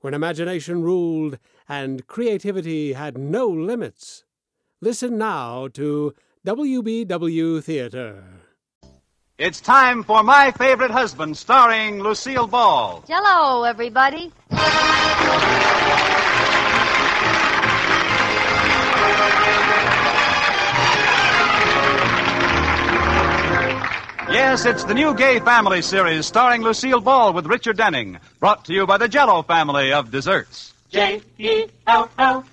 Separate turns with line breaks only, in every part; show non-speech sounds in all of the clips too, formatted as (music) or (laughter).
when imagination ruled and creativity had no limits. Listen now to WBW Theater.
It's time for My Favorite Husband, starring Lucille Ball.
Hello, everybody.
Yes, it's the new gay family series starring Lucille Ball with Richard Denning, brought to you by the Jello family of desserts.
J E L L.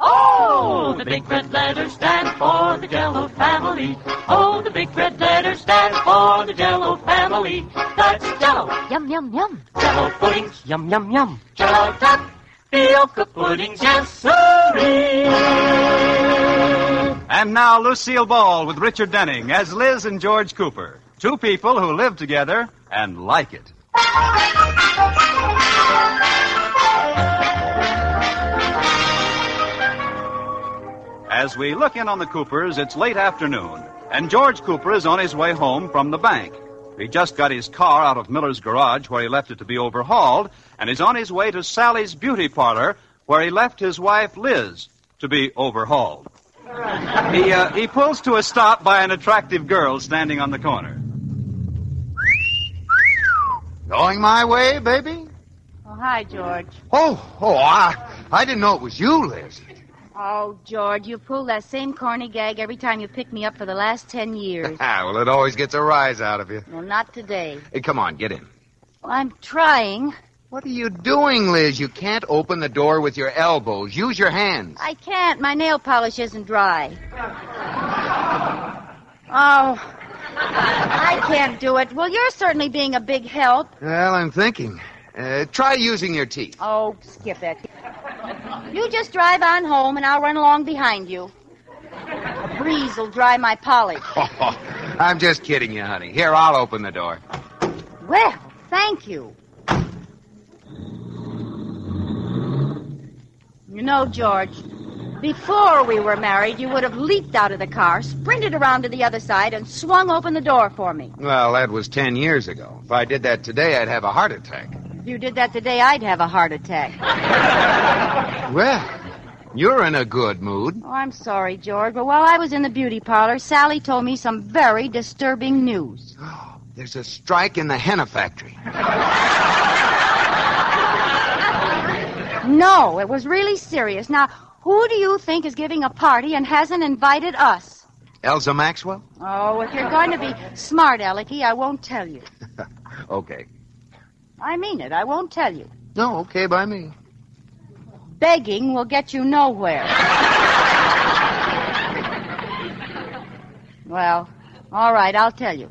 Oh, the big red letters stand for the Jello family. Oh, the big red letters stand for the Jello family. That's Jello,
Yum, yum, yum.
Jello puddings,
Yum, yum, yum.
Jello top, tapioca puddings, yes siree.
And now Lucille Ball with Richard Denning as Liz and George Cooper, two people who live together and like it. As we look in on the Coopers, it's late afternoon, and George Cooper is on his way home from the bank. He just got his car out of Miller's garage where he left it to be overhauled, and is on his way to Sally's beauty parlor where he left his wife Liz to be overhauled. He, uh, he pulls to a stop by an attractive girl standing on the corner.
Going my way, baby?
Oh, hi, George.
Oh, oh, I, I didn't know it was you, Liz.
Oh, George, you pull that same corny gag every time you pick me up for the last ten (laughs) years.
Ah, well, it always gets a rise out of you.
well, not today.
Hey, come on, get in.
Well, I'm trying.
What are you doing, Liz? You can't open the door with your elbows. Use your hands.
I can't. My nail polish isn't dry. Oh, I can't do it. Well, you're certainly being a big help.
Well, I'm thinking. Uh, try using your teeth. (laughs)
Oh, skip it. You just drive on home, and I'll run along behind you. A breeze will dry my polish.
Oh, I'm just kidding you, honey. Here, I'll open the door.
Well, thank you. You know, George, before we were married, you would have leaped out of the car, sprinted around to the other side, and swung open the door for me.
Well, that was ten years ago. If I did that today, I'd have a heart attack.
If you did that today, I'd have a heart attack.
Well, you're in a good mood.
Oh, I'm sorry, George, but while I was in the beauty parlor, Sally told me some very disturbing news.
There's a strike in the henna factory.
No, it was really serious. Now, who do you think is giving a party and hasn't invited us?
Elsa Maxwell?
Oh, if you're going to be smart, Alecky, I won't tell you.
Okay.
I mean it. I won't tell you.
No, okay by me.
Begging will get you nowhere. well, all right, I'll tell you.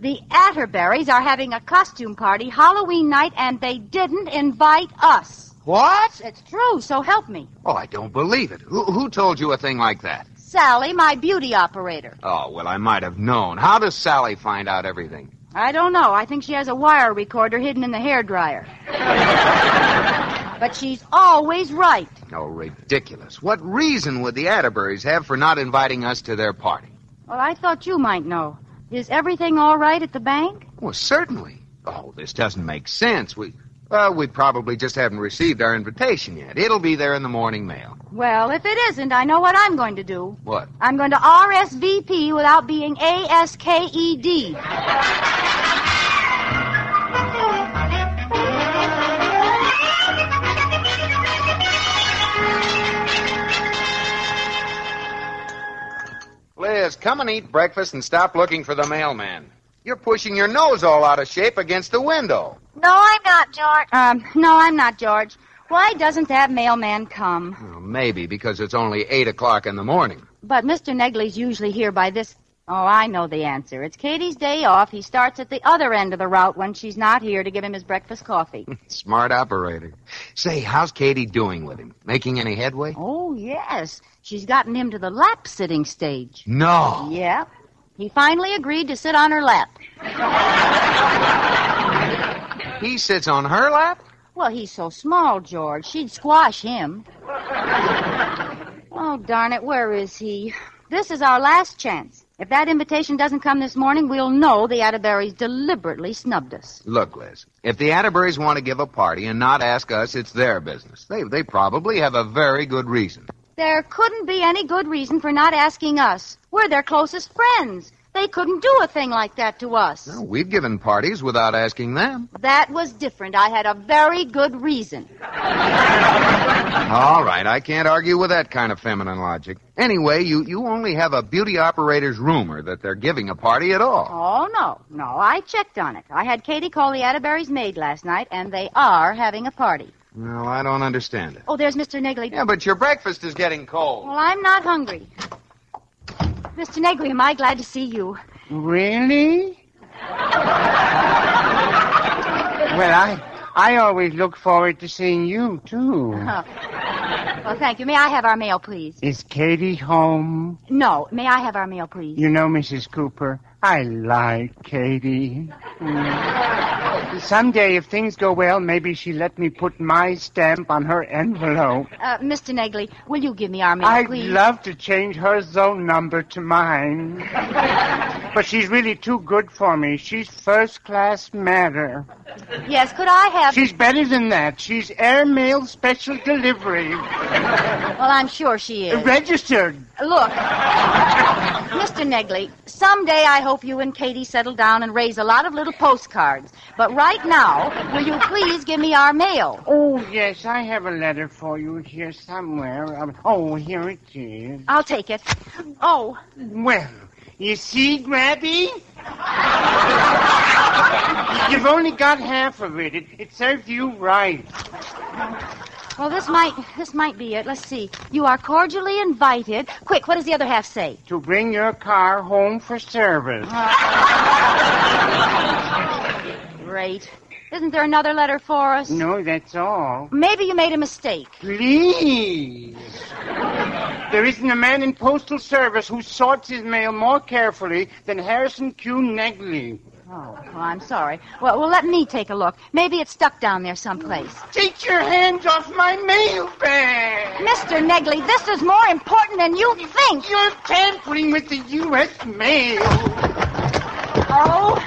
The Atterberries are having a costume party Halloween night, and they didn't invite us.
What?
It's true, so help me.
Oh, I don't believe it. Who, who told you a thing like that?
Sally, my beauty operator.
Oh, well, I might have known. How does Sally find out everything?
I don't know. I think she has a wire recorder hidden in the hairdryer. but she's always right.
Oh, ridiculous. What reason would the Atterburys have for not inviting us to their party?
Well, I thought you might know. Is everything all right at the bank?
Well, certainly. Oh, this doesn't make sense. We, well, we probably just haven't received our invitation yet. It'll be there in the morning mail.
Well, if it isn't, I know what I'm going to do.
What?
I'm going to RSVP without being ASKED.
Liz, come and eat breakfast and stop looking for the mailman. You're pushing your nose all out of shape against the window.
No, I'm not, George. Um, no, I'm not, George. Why doesn't that mailman come?
Well, maybe because it's only 8 o'clock in the morning.
But Mr. Negley's usually here by this Oh, I know the answer. It's Katie's day off. He starts at the other end of the route when she's not here to give him his breakfast coffee.
Smart operator. Say, how's Katie doing with him? Making any headway?
oh, yes. She's gotten him to the lap sitting stage.
No.
Yep. He finally agreed to sit on her lap.
He sits on her lap?
Well, he's so small, George. She'd squash him. oh, darn it. Where is he? This is our last chance. If that invitation doesn't come this morning, we'll know the Atterberries deliberately snubbed us.
Look, Liz, if the Atterburys want to give a party and not ask us, it's their business. They, they probably have a very good reason.
There couldn't be any good reason for not asking us. We're their closest friends. They couldn't do a thing like that to us.
Well, we've given parties without asking them.
That was different. I had a very good reason.
All right, I can't argue with that kind of feminine logic. Anyway, you, you only have a beauty operator's rumor that they're giving a party at all.
Oh, no, no. I checked on it. I had Katie call the Atterbury's maid last night, and they are having a party.
Well, I don't understand it.
Oh, there's Mr. Negley.
Yeah, but your breakfast is getting cold.
Well, I'm not hungry. Mr. Negley, am I glad to see you?
Really? well, I I always look forward to seeing you too.
Well, thank you. May I have our mail, please?
Is Katie home?
No, may I have our mail, please?
You know, Mrs. Cooper, I like Katie. Mm. Someday, if things go well, maybe she'll let me put my stamp on her envelope.
Uh, Mr. Negley, will you give me our mail,
I'd
please?
love to change her zone number to mine. but she's really too good for me. She's first class matter.
Yes, could I have?
She's better than that. She's airmail special delivery.
Well, I'm sure she is.
Registered.
Look, Mr. Negley, someday I hope you and Katie settle down and raise a lot of little postcards. But right now, will you please give me our mail?
Oh, yes, I have a letter for you here somewhere. Um, oh, here it is.
I'll take it. Oh,
Well, you see, Grabby? (laughs) You've only got half of it. It, it served you right.
well, this might this might be it. Let's see. You are cordially invited. Quick, what does the other half say?
To bring your car home for service.
Great. Isn't there another letter for us?
No, that's all.
Maybe you made a mistake.
Please. There isn't a man in postal service who sorts his mail more carefully than Harrison Q. Negley.
Oh, well, I'm sorry. Well, well, let me take a look. Maybe it's stuck down there someplace.
Take your hands off my mail bag.
Mr. Negley, this is more important than you think.
You're tampering with the U.S. mail.
Oh,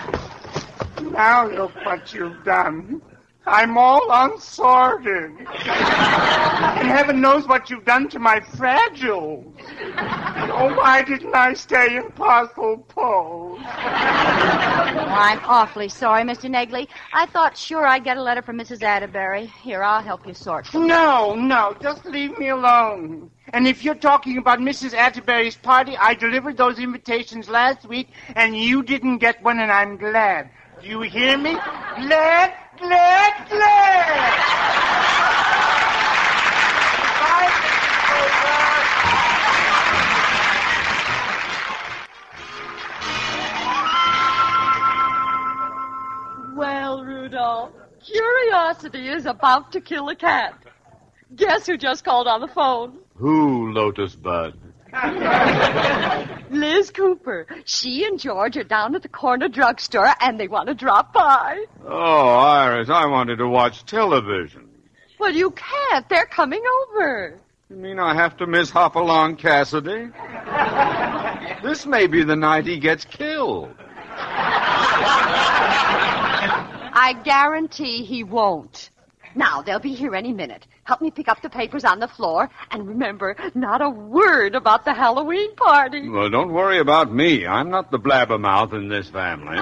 Now look what you've done. I'm all unsorted. and heaven knows what you've done to my fragile. Oh, why didn't I stay in Parcel Post?
well, Oh, I'm awfully sorry, Mr. Negley. I thought sure I'd get a letter from Mrs. Atterbury. Here, I'll help you sort.
No, no, just leave me alone. And if you're talking about Mrs. Atterbury's party, I delivered those invitations last week, and you didn't get one, and I'm glad. Do you hear me? Glad, glad, glad!
Well, Rudolph, curiosity is about to kill a cat. Guess who just called on the phone?
Who, Lotus Bud?
Liz Cooper. She and George are down at the corner drugstore and they want to drop by.
Oh, Iris, I wanted to watch television.
Well, you can't. They're coming over.
You mean I have to miss Hopalong Cassidy? this may be the night he gets killed.
I guarantee he won't. Now, they'll be here any minute. Help me pick up the papers on the floor. And remember, not a word about the Halloween party.
Well, don't worry about me. I'm not the blabbermouth in this family.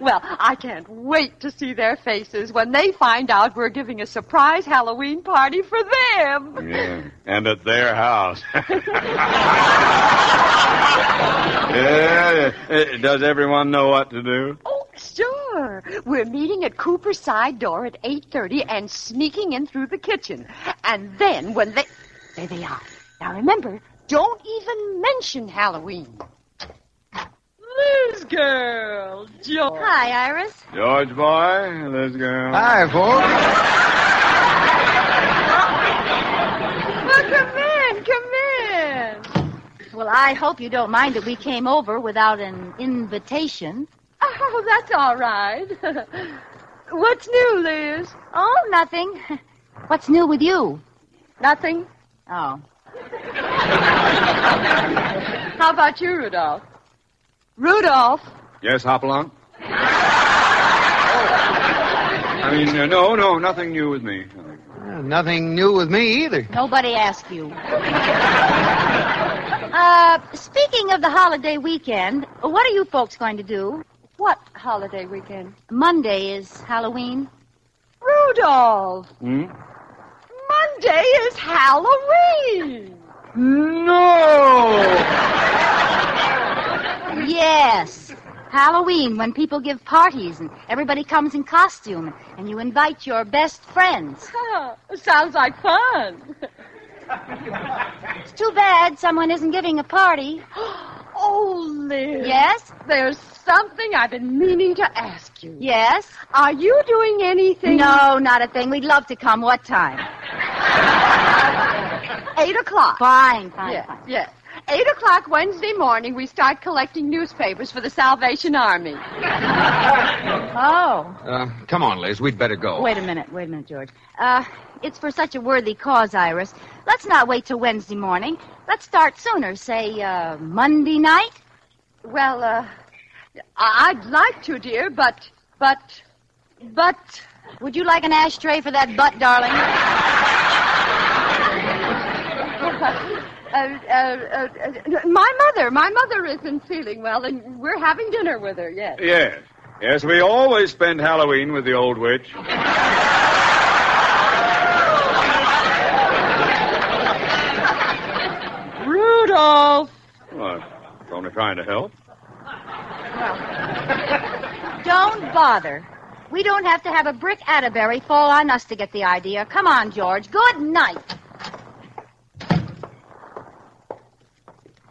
Well, I can't wait to see their faces when they find out we're giving a surprise Halloween party for them.
Yeah. And at their house. (laughs) yeah. Uh, Does everyone know what to do?
Oh, sure. We're meeting at Cooper's side door at 8:30 and sneaking in through the kitchen. And then when they there they are. Now remember, don't even mention Halloween.
girl, George.
Hi, Iris.
George boy, this girl.
Hi, folks.
Well, come in, come in.
Well, I hope you don't mind that we came over without an invitation.
Oh, that's all right. (laughs) What's new, Liz?
Oh, nothing. What's new with you?
Nothing.
Oh.
(laughs) How about you, Rudolph? Rudolph?
Yes, Hopalong? I mean, uh, no, no, nothing new with me.
Uh, Nothing new with me either.
Nobody asked you. uh, speaking of the holiday weekend, what are you folks going to do?
What holiday weekend?
Monday is Halloween.
Rudolph!
Hmm?
Monday is Halloween!
No!
Yes. Halloween, when people give parties and everybody comes in costume and you invite your best friends.
Huh, (laughs) sounds like fun.
It's too bad someone isn't giving a party.
(gasps) Oh, Liz.
Yes?
There's something I've been meaning to ask you.
Yes?
Are you doing anything?
No, not a thing. We'd love to come. What
(laughs)
time?
Eight o'clock.
Fine, fine,
Yes,
fine.
yes. Eight o'clock Wednesday morning, we start collecting newspapers for the Salvation Army.
Oh.
Uh, come on, Liz. We'd better go.
Wait a minute, wait a minute, George. Uh, it's for such a worthy cause, Iris. Let's not wait till Wednesday morning. Let's start sooner, say, uh, Monday night?
Well, uh, I- I'd like to, dear, but, but, but,
Would you like an ashtray for that butt, darling?
uh, uh, uh, uh, my mother, my mother isn't feeling well, and we're having dinner with her, yes.
Yes. Yes, we always spend Halloween with the old witch.
Rudolph!
What? It's only trying to help.
Don't bother. We don't have to have a brick Atterbury fall on us to get the idea. Come on, George. Good night.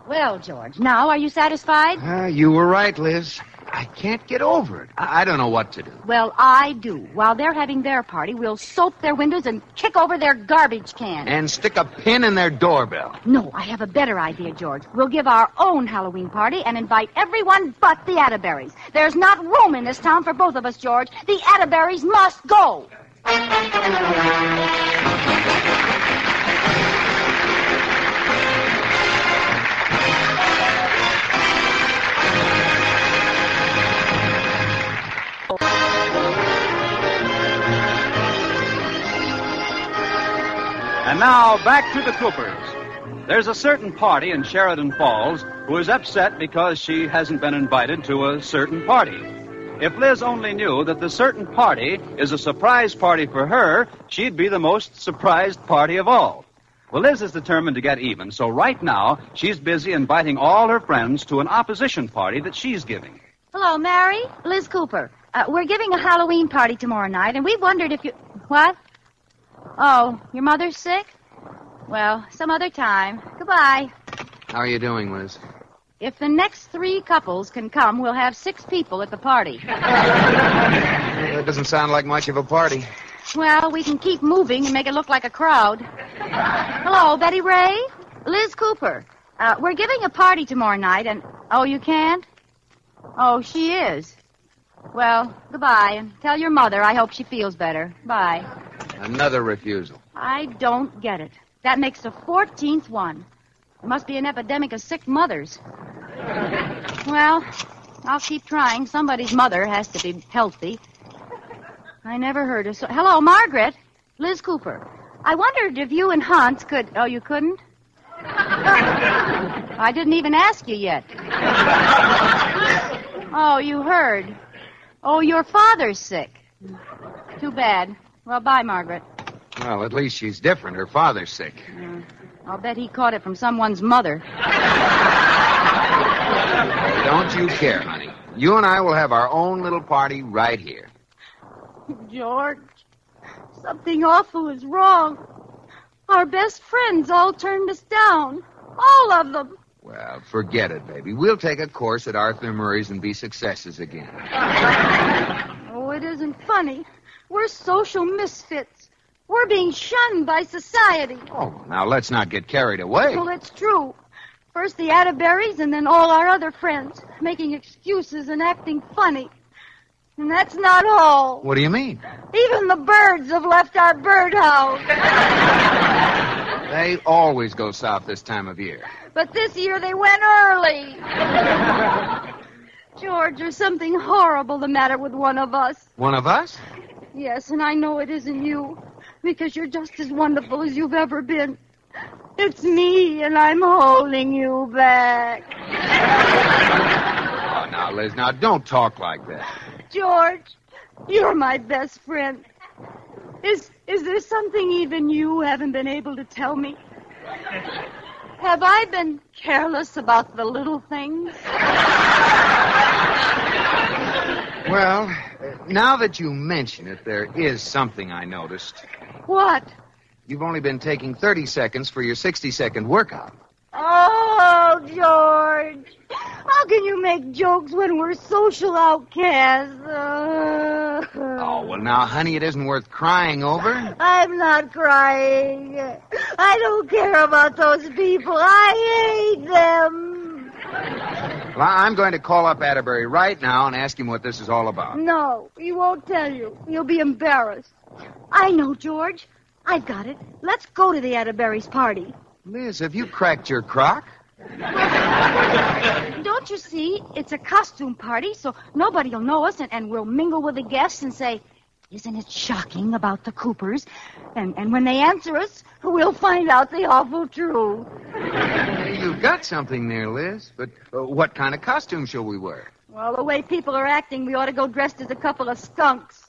Well, George, now are you satisfied?
Uh, you were right, Liz. I can't get over it. I, I don't know what to do.
Well, I do. While they're having their party, we'll soap their windows and kick over their garbage can.
And stick a pin in their doorbell.
No, I have a better idea, George. We'll give our own Halloween party and invite everyone but the Atterburys. There's not room in this town for both of us, George. The Atterburys must go.
And now back to the Coopers. There's a certain party in Sheridan Falls who is upset because she hasn't been invited to a certain party. If Liz only knew that the certain party is a surprise party for her, she'd be the most surprised party of all. Well, Liz is determined to get even, so right now she's busy inviting all her friends to an opposition party that she's giving.
Hello, Mary. Liz Cooper. Uh, we're giving a Halloween party tomorrow night, and we wondered if you. What? Oh, your mother's sick? Well, some other time. Goodbye.
How are you doing, Liz?
If the next three couples can come, we'll have six people at the party.
Well, That doesn't sound like much of a party.
Well, we can keep moving and make it look like a crowd. Hello, Betty Ray. Liz Cooper. Uh, we're giving a party tomorrow night, and. Oh, you can't? Oh, she is. Well, goodbye, and tell your mother I hope she feels better. Bye.
Another refusal.
I don't get it. That makes the 14th one. There must be an epidemic of sick mothers. Well, I'll keep trying. Somebody's mother has to be healthy. I never heard of so. Hello, Margaret. Liz Cooper. I wondered if you and Hunt could. Oh, you couldn't? I didn't even ask you yet. Oh, you heard. Oh, your father's sick. Too bad. Well, bye, Margaret.
Well, at least she's different. Her father's sick.
I'll bet he caught it from someone's mother.
Don't you care, honey. You and I will have our own little party right here.
George, something awful is wrong. Our best friends all turned us down. All of them.
Well, Well, forget it, baby. We'll take a course at Arthur Murray's and be successes again.
Oh, it isn't funny. We're social misfits. We're being shunned by society.
Oh, now let's not get carried away.
Well, it's true. First the Atterberries and then all our other friends, making excuses and acting funny. And that's not all.
What do you mean?
Even the birds have left our birdhouse.
They always go south this time of year.
But this year they went early. George, there's something horrible the matter with one of us.
One of us?
Yes, and I know it isn't you, because you're just as wonderful as you've ever been. It's me, and I'm holding you back.
Oh, now, Liz, now don't talk like that.
George, you're my best friend. Is is there something even you haven't been able to tell me? Have I been careless about the little things?
Well, uh, now that you mention it, there is something I noticed.
What?
You've only been taking 30 seconds for your 60 second workout.
Oh, George. How can you make jokes when we're social outcasts? Uh,
Oh, well, now, honey, it isn't worth crying over.
I'm not crying. I don't care about those people. I hate them.
Well, I'm going to call up Atterbury right now and ask him what this is all about.
No, he won't tell you. You'll be embarrassed. I know, George. I've got it. Let's go to the Atterbury's party.
Liz, have you cracked your crock?
Don't you see? It's a costume party, so nobody will know us, and, and we'll mingle with the guests and say, Isn't it shocking about the Coopers? And, and when they answer us, we'll find out the awful truth.
You've got something there, Liz. But uh, what kind of costume shall we wear?
Well, the way people are acting, we ought to go dressed as a couple of skunks.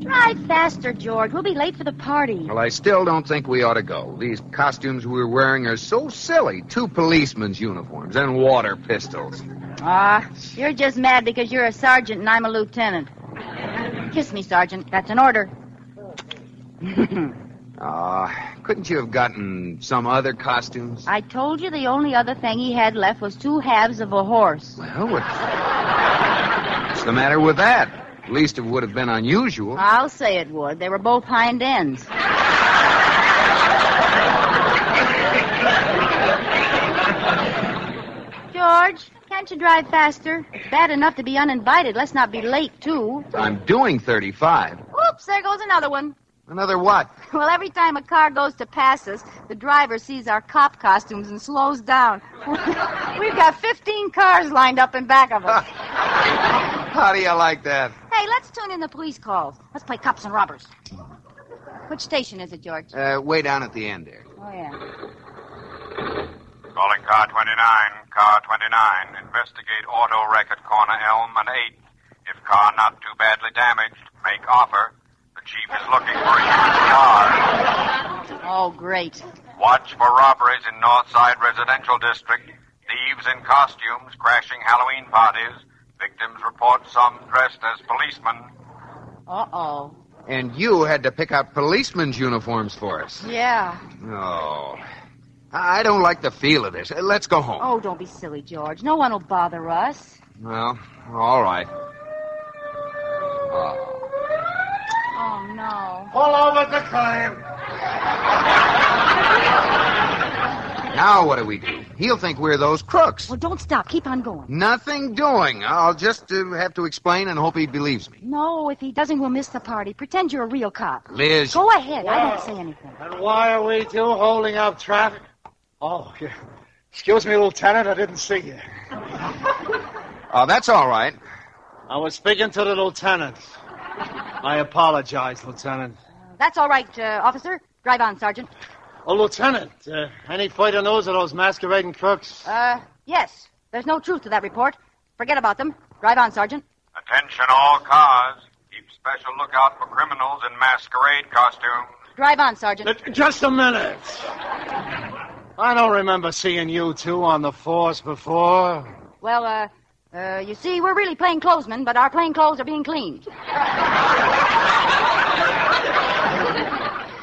Drive faster, George. We'll be late for the party.
Well, I still don't think we ought to go. These costumes we're wearing are so silly. Two policemen's uniforms and water pistols.
Ah, you're just mad because you're a sergeant and I'm a lieutenant. Kiss me, Sergeant. That's an order.
Ah, couldn't you have gotten some other costumes?
I told you the only other thing he had left was two halves of a horse.
Well, what's, what's the matter with that? At least it would have been unusual.
I'll say it would. They were both hind ends. George, can't you drive faster? Bad enough to be uninvited. Let's not be late, too.
I'm doing 35.
Oops, there goes another one.
Another what?
Well, every time a car goes to pass us, the driver sees our cop costumes and slows down. (laughs) We've got 15 cars lined up in back of us.
How do you like that?
(laughs) hey, let's tune in the police calls. Let's play cops and robbers. Which station is it, George?
Uh, way down at the end there.
Oh, yeah.
Calling car 29, car 29. Investigate auto wreck at corner Elm and 8. If car not too badly damaged, make offer. The chief is looking for a used car.
Oh, great.
Watch for robberies in Northside Residential District. Thieves in costumes crashing Halloween parties. Victims report some dressed as policemen.
Uh-oh.
And you had to pick out policemen's uniforms for us.
Yeah.
Oh. I I don't like the feel of this. Uh, Let's go home.
Oh, don't be silly, George. No one will bother us.
Well, all right.
Oh, no.
Pull over the curb.
Now what do we do? He'll think we're those crooks.
Well, Oh, don't stop. Keep on going.
Nothing doing. I'll just uh, have to explain and hope he believes me.
No, if he doesn't, we'll miss the party. Pretend you're a real cop.
Liz.
Go ahead. I won't say anything.
And why are we two holding up traffic? Oh, yeah. excuse me, Lieutenant, I didn't see you.
Oh, that's all right.
I was speaking to the lieutenant. I apologize, Lieutenant.
That's all right, uh, officer. Drive on, Sergeant.
Oh, Lieutenant, uh, any further news of those masquerading crooks?
Uh, yes. There's no truth to that report. Forget about them. Drive on, Sergeant.
Attention all cars. Keep special lookout for criminals in masquerade costumes.
Drive on, Sergeant.
Uh, Just a minute. I don't remember seeing you two on the force before.
Well, uh, Uh, you see, we're really plain clothesmen, but our plain clothes are being cleaned.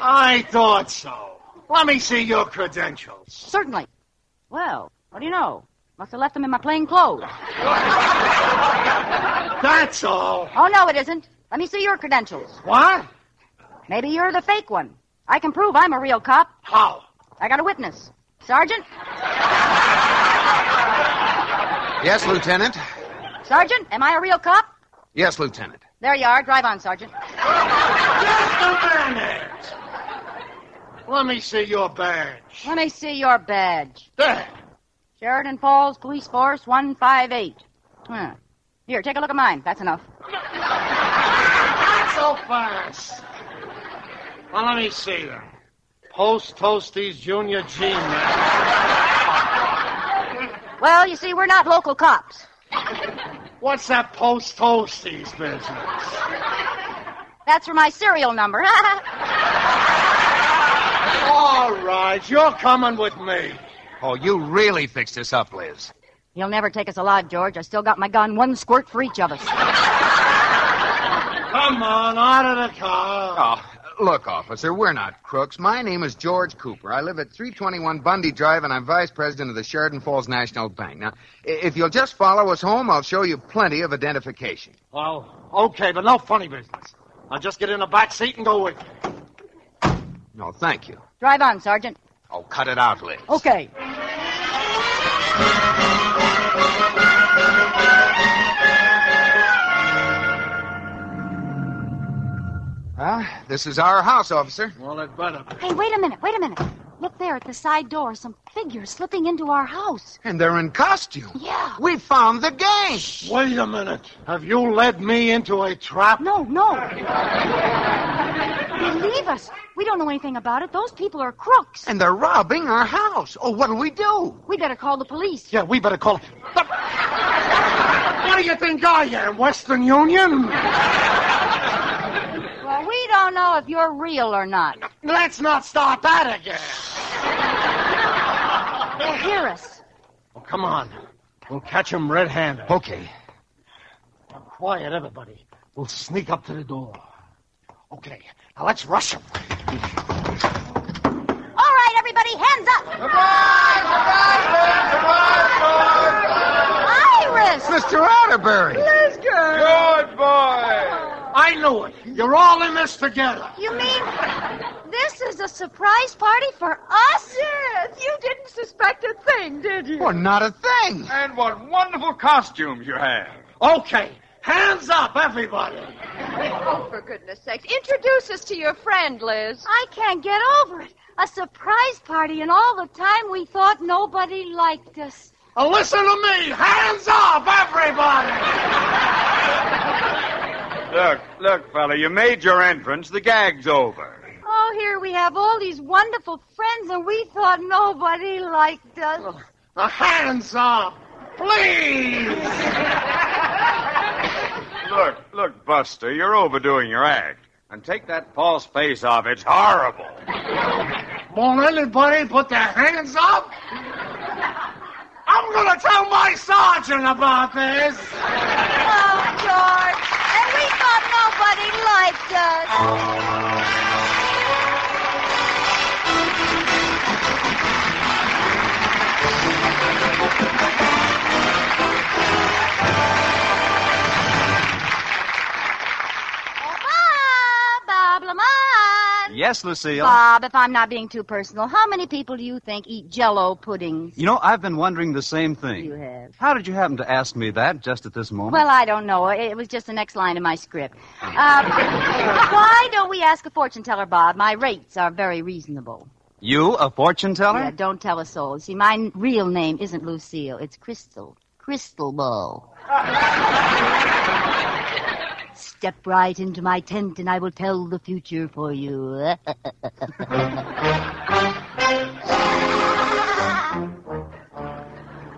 I thought so. Let me see your credentials.
Certainly. Well, what do you know? Must have left them in my plain clothes.
That's all.
Oh, no, it isn't. Let me see your credentials.
What?
Maybe you're the fake one. I can prove I'm a real cop.
How?
I got a witness. Sergeant?
Yes, Lieutenant.
Sergeant, am I a real cop?
Yes, Lieutenant.
There you are. Drive on, Sergeant.
Just a minute. Let me see your badge.
Let me see your badge.
There.
Sheridan Falls Police Force 158. Huh. Hmm. Here, take a look at mine. That's enough.
Not so fast. Well, let me see them. Post Toasties Junior G man.
Well, you see, we're not local cops.
What's that Post Toasties business?
That's for my serial number. (laughs)
All right, you're coming with me.
Oh, you really fixed this up, Liz.
You'll never take us alive, George. I still got my gun, one squirt for each of us.
Come on, out of the car.
Oh, look, officer, we're not crooks. My name is George Cooper. I live at 321 Bundy Drive, and I'm vice president of the Sheridan Falls National Bank. Now, i- if you'll just follow us home, I'll show you plenty of identification.
Well, okay, but no funny business. I'll just get in the back seat and go with you.
No, thank you.
Drive on, Sergeant.
Oh, cut it out, Liz.
Okay.
Well, this is our house, officer.
Well, it better be.
Hey, wait a minute, wait a minute. Look there at the side door, some figures slipping into our house.
And they're in costume.
Yeah.
We found the gang.
Wait a minute. Have you led me into a
Uh.
trap?
No, no. Believe us. We don't know anything about it. Those people are crooks.
And they're robbing our house. Oh, what'll we do?
We better call the police.
Yeah, we better call. But- What do you think I am, Western Union?
Well, we don't know if you're real or not.
Let's not start that again.
They'll hear us.
Oh, come on. We'll catch him red-handed.
Okay.
Now, quiet, everybody. We'll sneak up to the door. Okay, now let's rush him.
All right, everybody, hands up. Iris!
Mr. Otterbury.
Good boy.
I knew it. You're all in this together.
You mean this is a surprise party for us? Yes. You didn't suspect a thing, did you?
Well, not a thing.
And what wonderful costumes you have.
Okay, hands up, everybody.
Oh, for goodness sakes. Introduce us to your friend, Liz.
I can't get over it. A surprise party, and all the time we thought nobody liked us.
Now listen to me. Hands up, everybody.
Look, look, fella, you made your entrance. The gag's over.
Oh, here we have all these wonderful friends, and we thought nobody liked us.
Now hands up, please.
Look, look, Buster, you're overdoing your act. And take that false face off. It's horrible.
Won't anybody put their hands up? I'm gonna tell my sergeant about this.
Oh, George. And we thought nobody liked us. Bob, Bob Lamont.
Yes, Lucille.
Bob, if I'm not being too personal, how many people do you think eat jello puddings?
You know, I've been wondering the same
You
thing.
have.
How did you happen to ask me that just at this moment?
Well, I don't know. It was just the next line in my script. Uh, why don't we ask a fortune teller, Bob? My rates are very reasonable.
you, a fortune teller?
Yeah, don't tell a soul. See, my n- real name isn't Lucille. It's Crystal. Crystal Ball. Step right into my tent and I will tell the future for you. (laughs)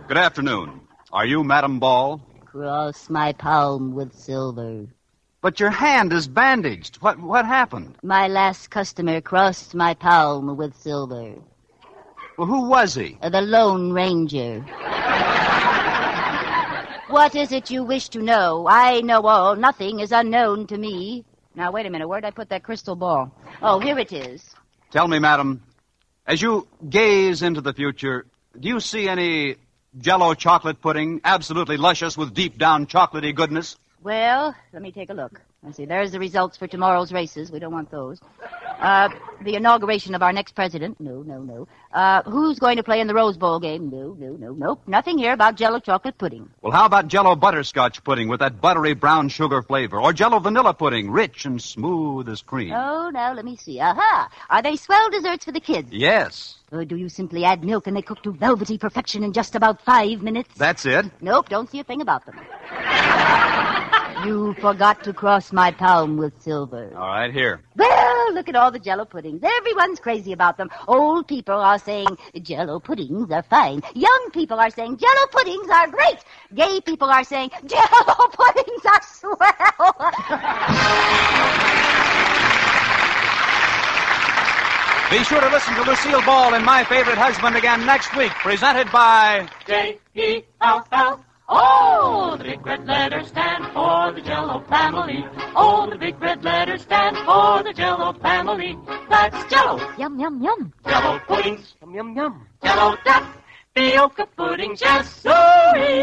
Good afternoon. Are you Madam Ball?
Cross my palm with silver.
But your hand is bandaged. What what happened?
My last customer crossed my palm with silver.
Uh,
Well, who was he?
The Lone Ranger.
What is it you wish to know? I know all. Nothing is unknown to me. Now, wait a minute. Where'd I put that crystal ball? Oh, here it is.
Tell me, madam, as you gaze into the future, do you see any jello chocolate pudding, absolutely luscious with deep down chocolaty goodness?
Well, let me take a look. Let's see. There's the results for tomorrow's races. We don't want those. Uh, the inauguration of our next president. No, no, no. Uh, who's going to play in the Rose Bowl game? No, no, no, nope. Nothing here about jello chocolate pudding.
Well, how about jello butterscotch pudding with that buttery brown sugar flavor? Or jello vanilla pudding, rich and smooth as cream?
Oh, now let me see. Aha! Are they swell desserts for the kids?
Yes,
Or do you simply add milk and they cook to velvety perfection in just about five minutes?
that's it.
Nope, don't see a thing about them. you forgot to cross my palm with silver.
All right, here.
Well, look at all the jello puddings. Everyone's crazy about them. Old people are saying jello puddings are fine. Young people are saying jello puddings are great. Gay people are saying jello (laughs) puddings are swell.
Be sure to listen to Lucille Ball in My Favorite Husband again next week, presented by.
J-E-L-L. Oh, the big red letters stand for the Jello family. Oh, the big red letters stand for the Jello family. That's Jello,
yum, yum, yum.
Jello puddings,
Yum, yum, yum.
Jello duck, Bioka pudding, yes, sorry.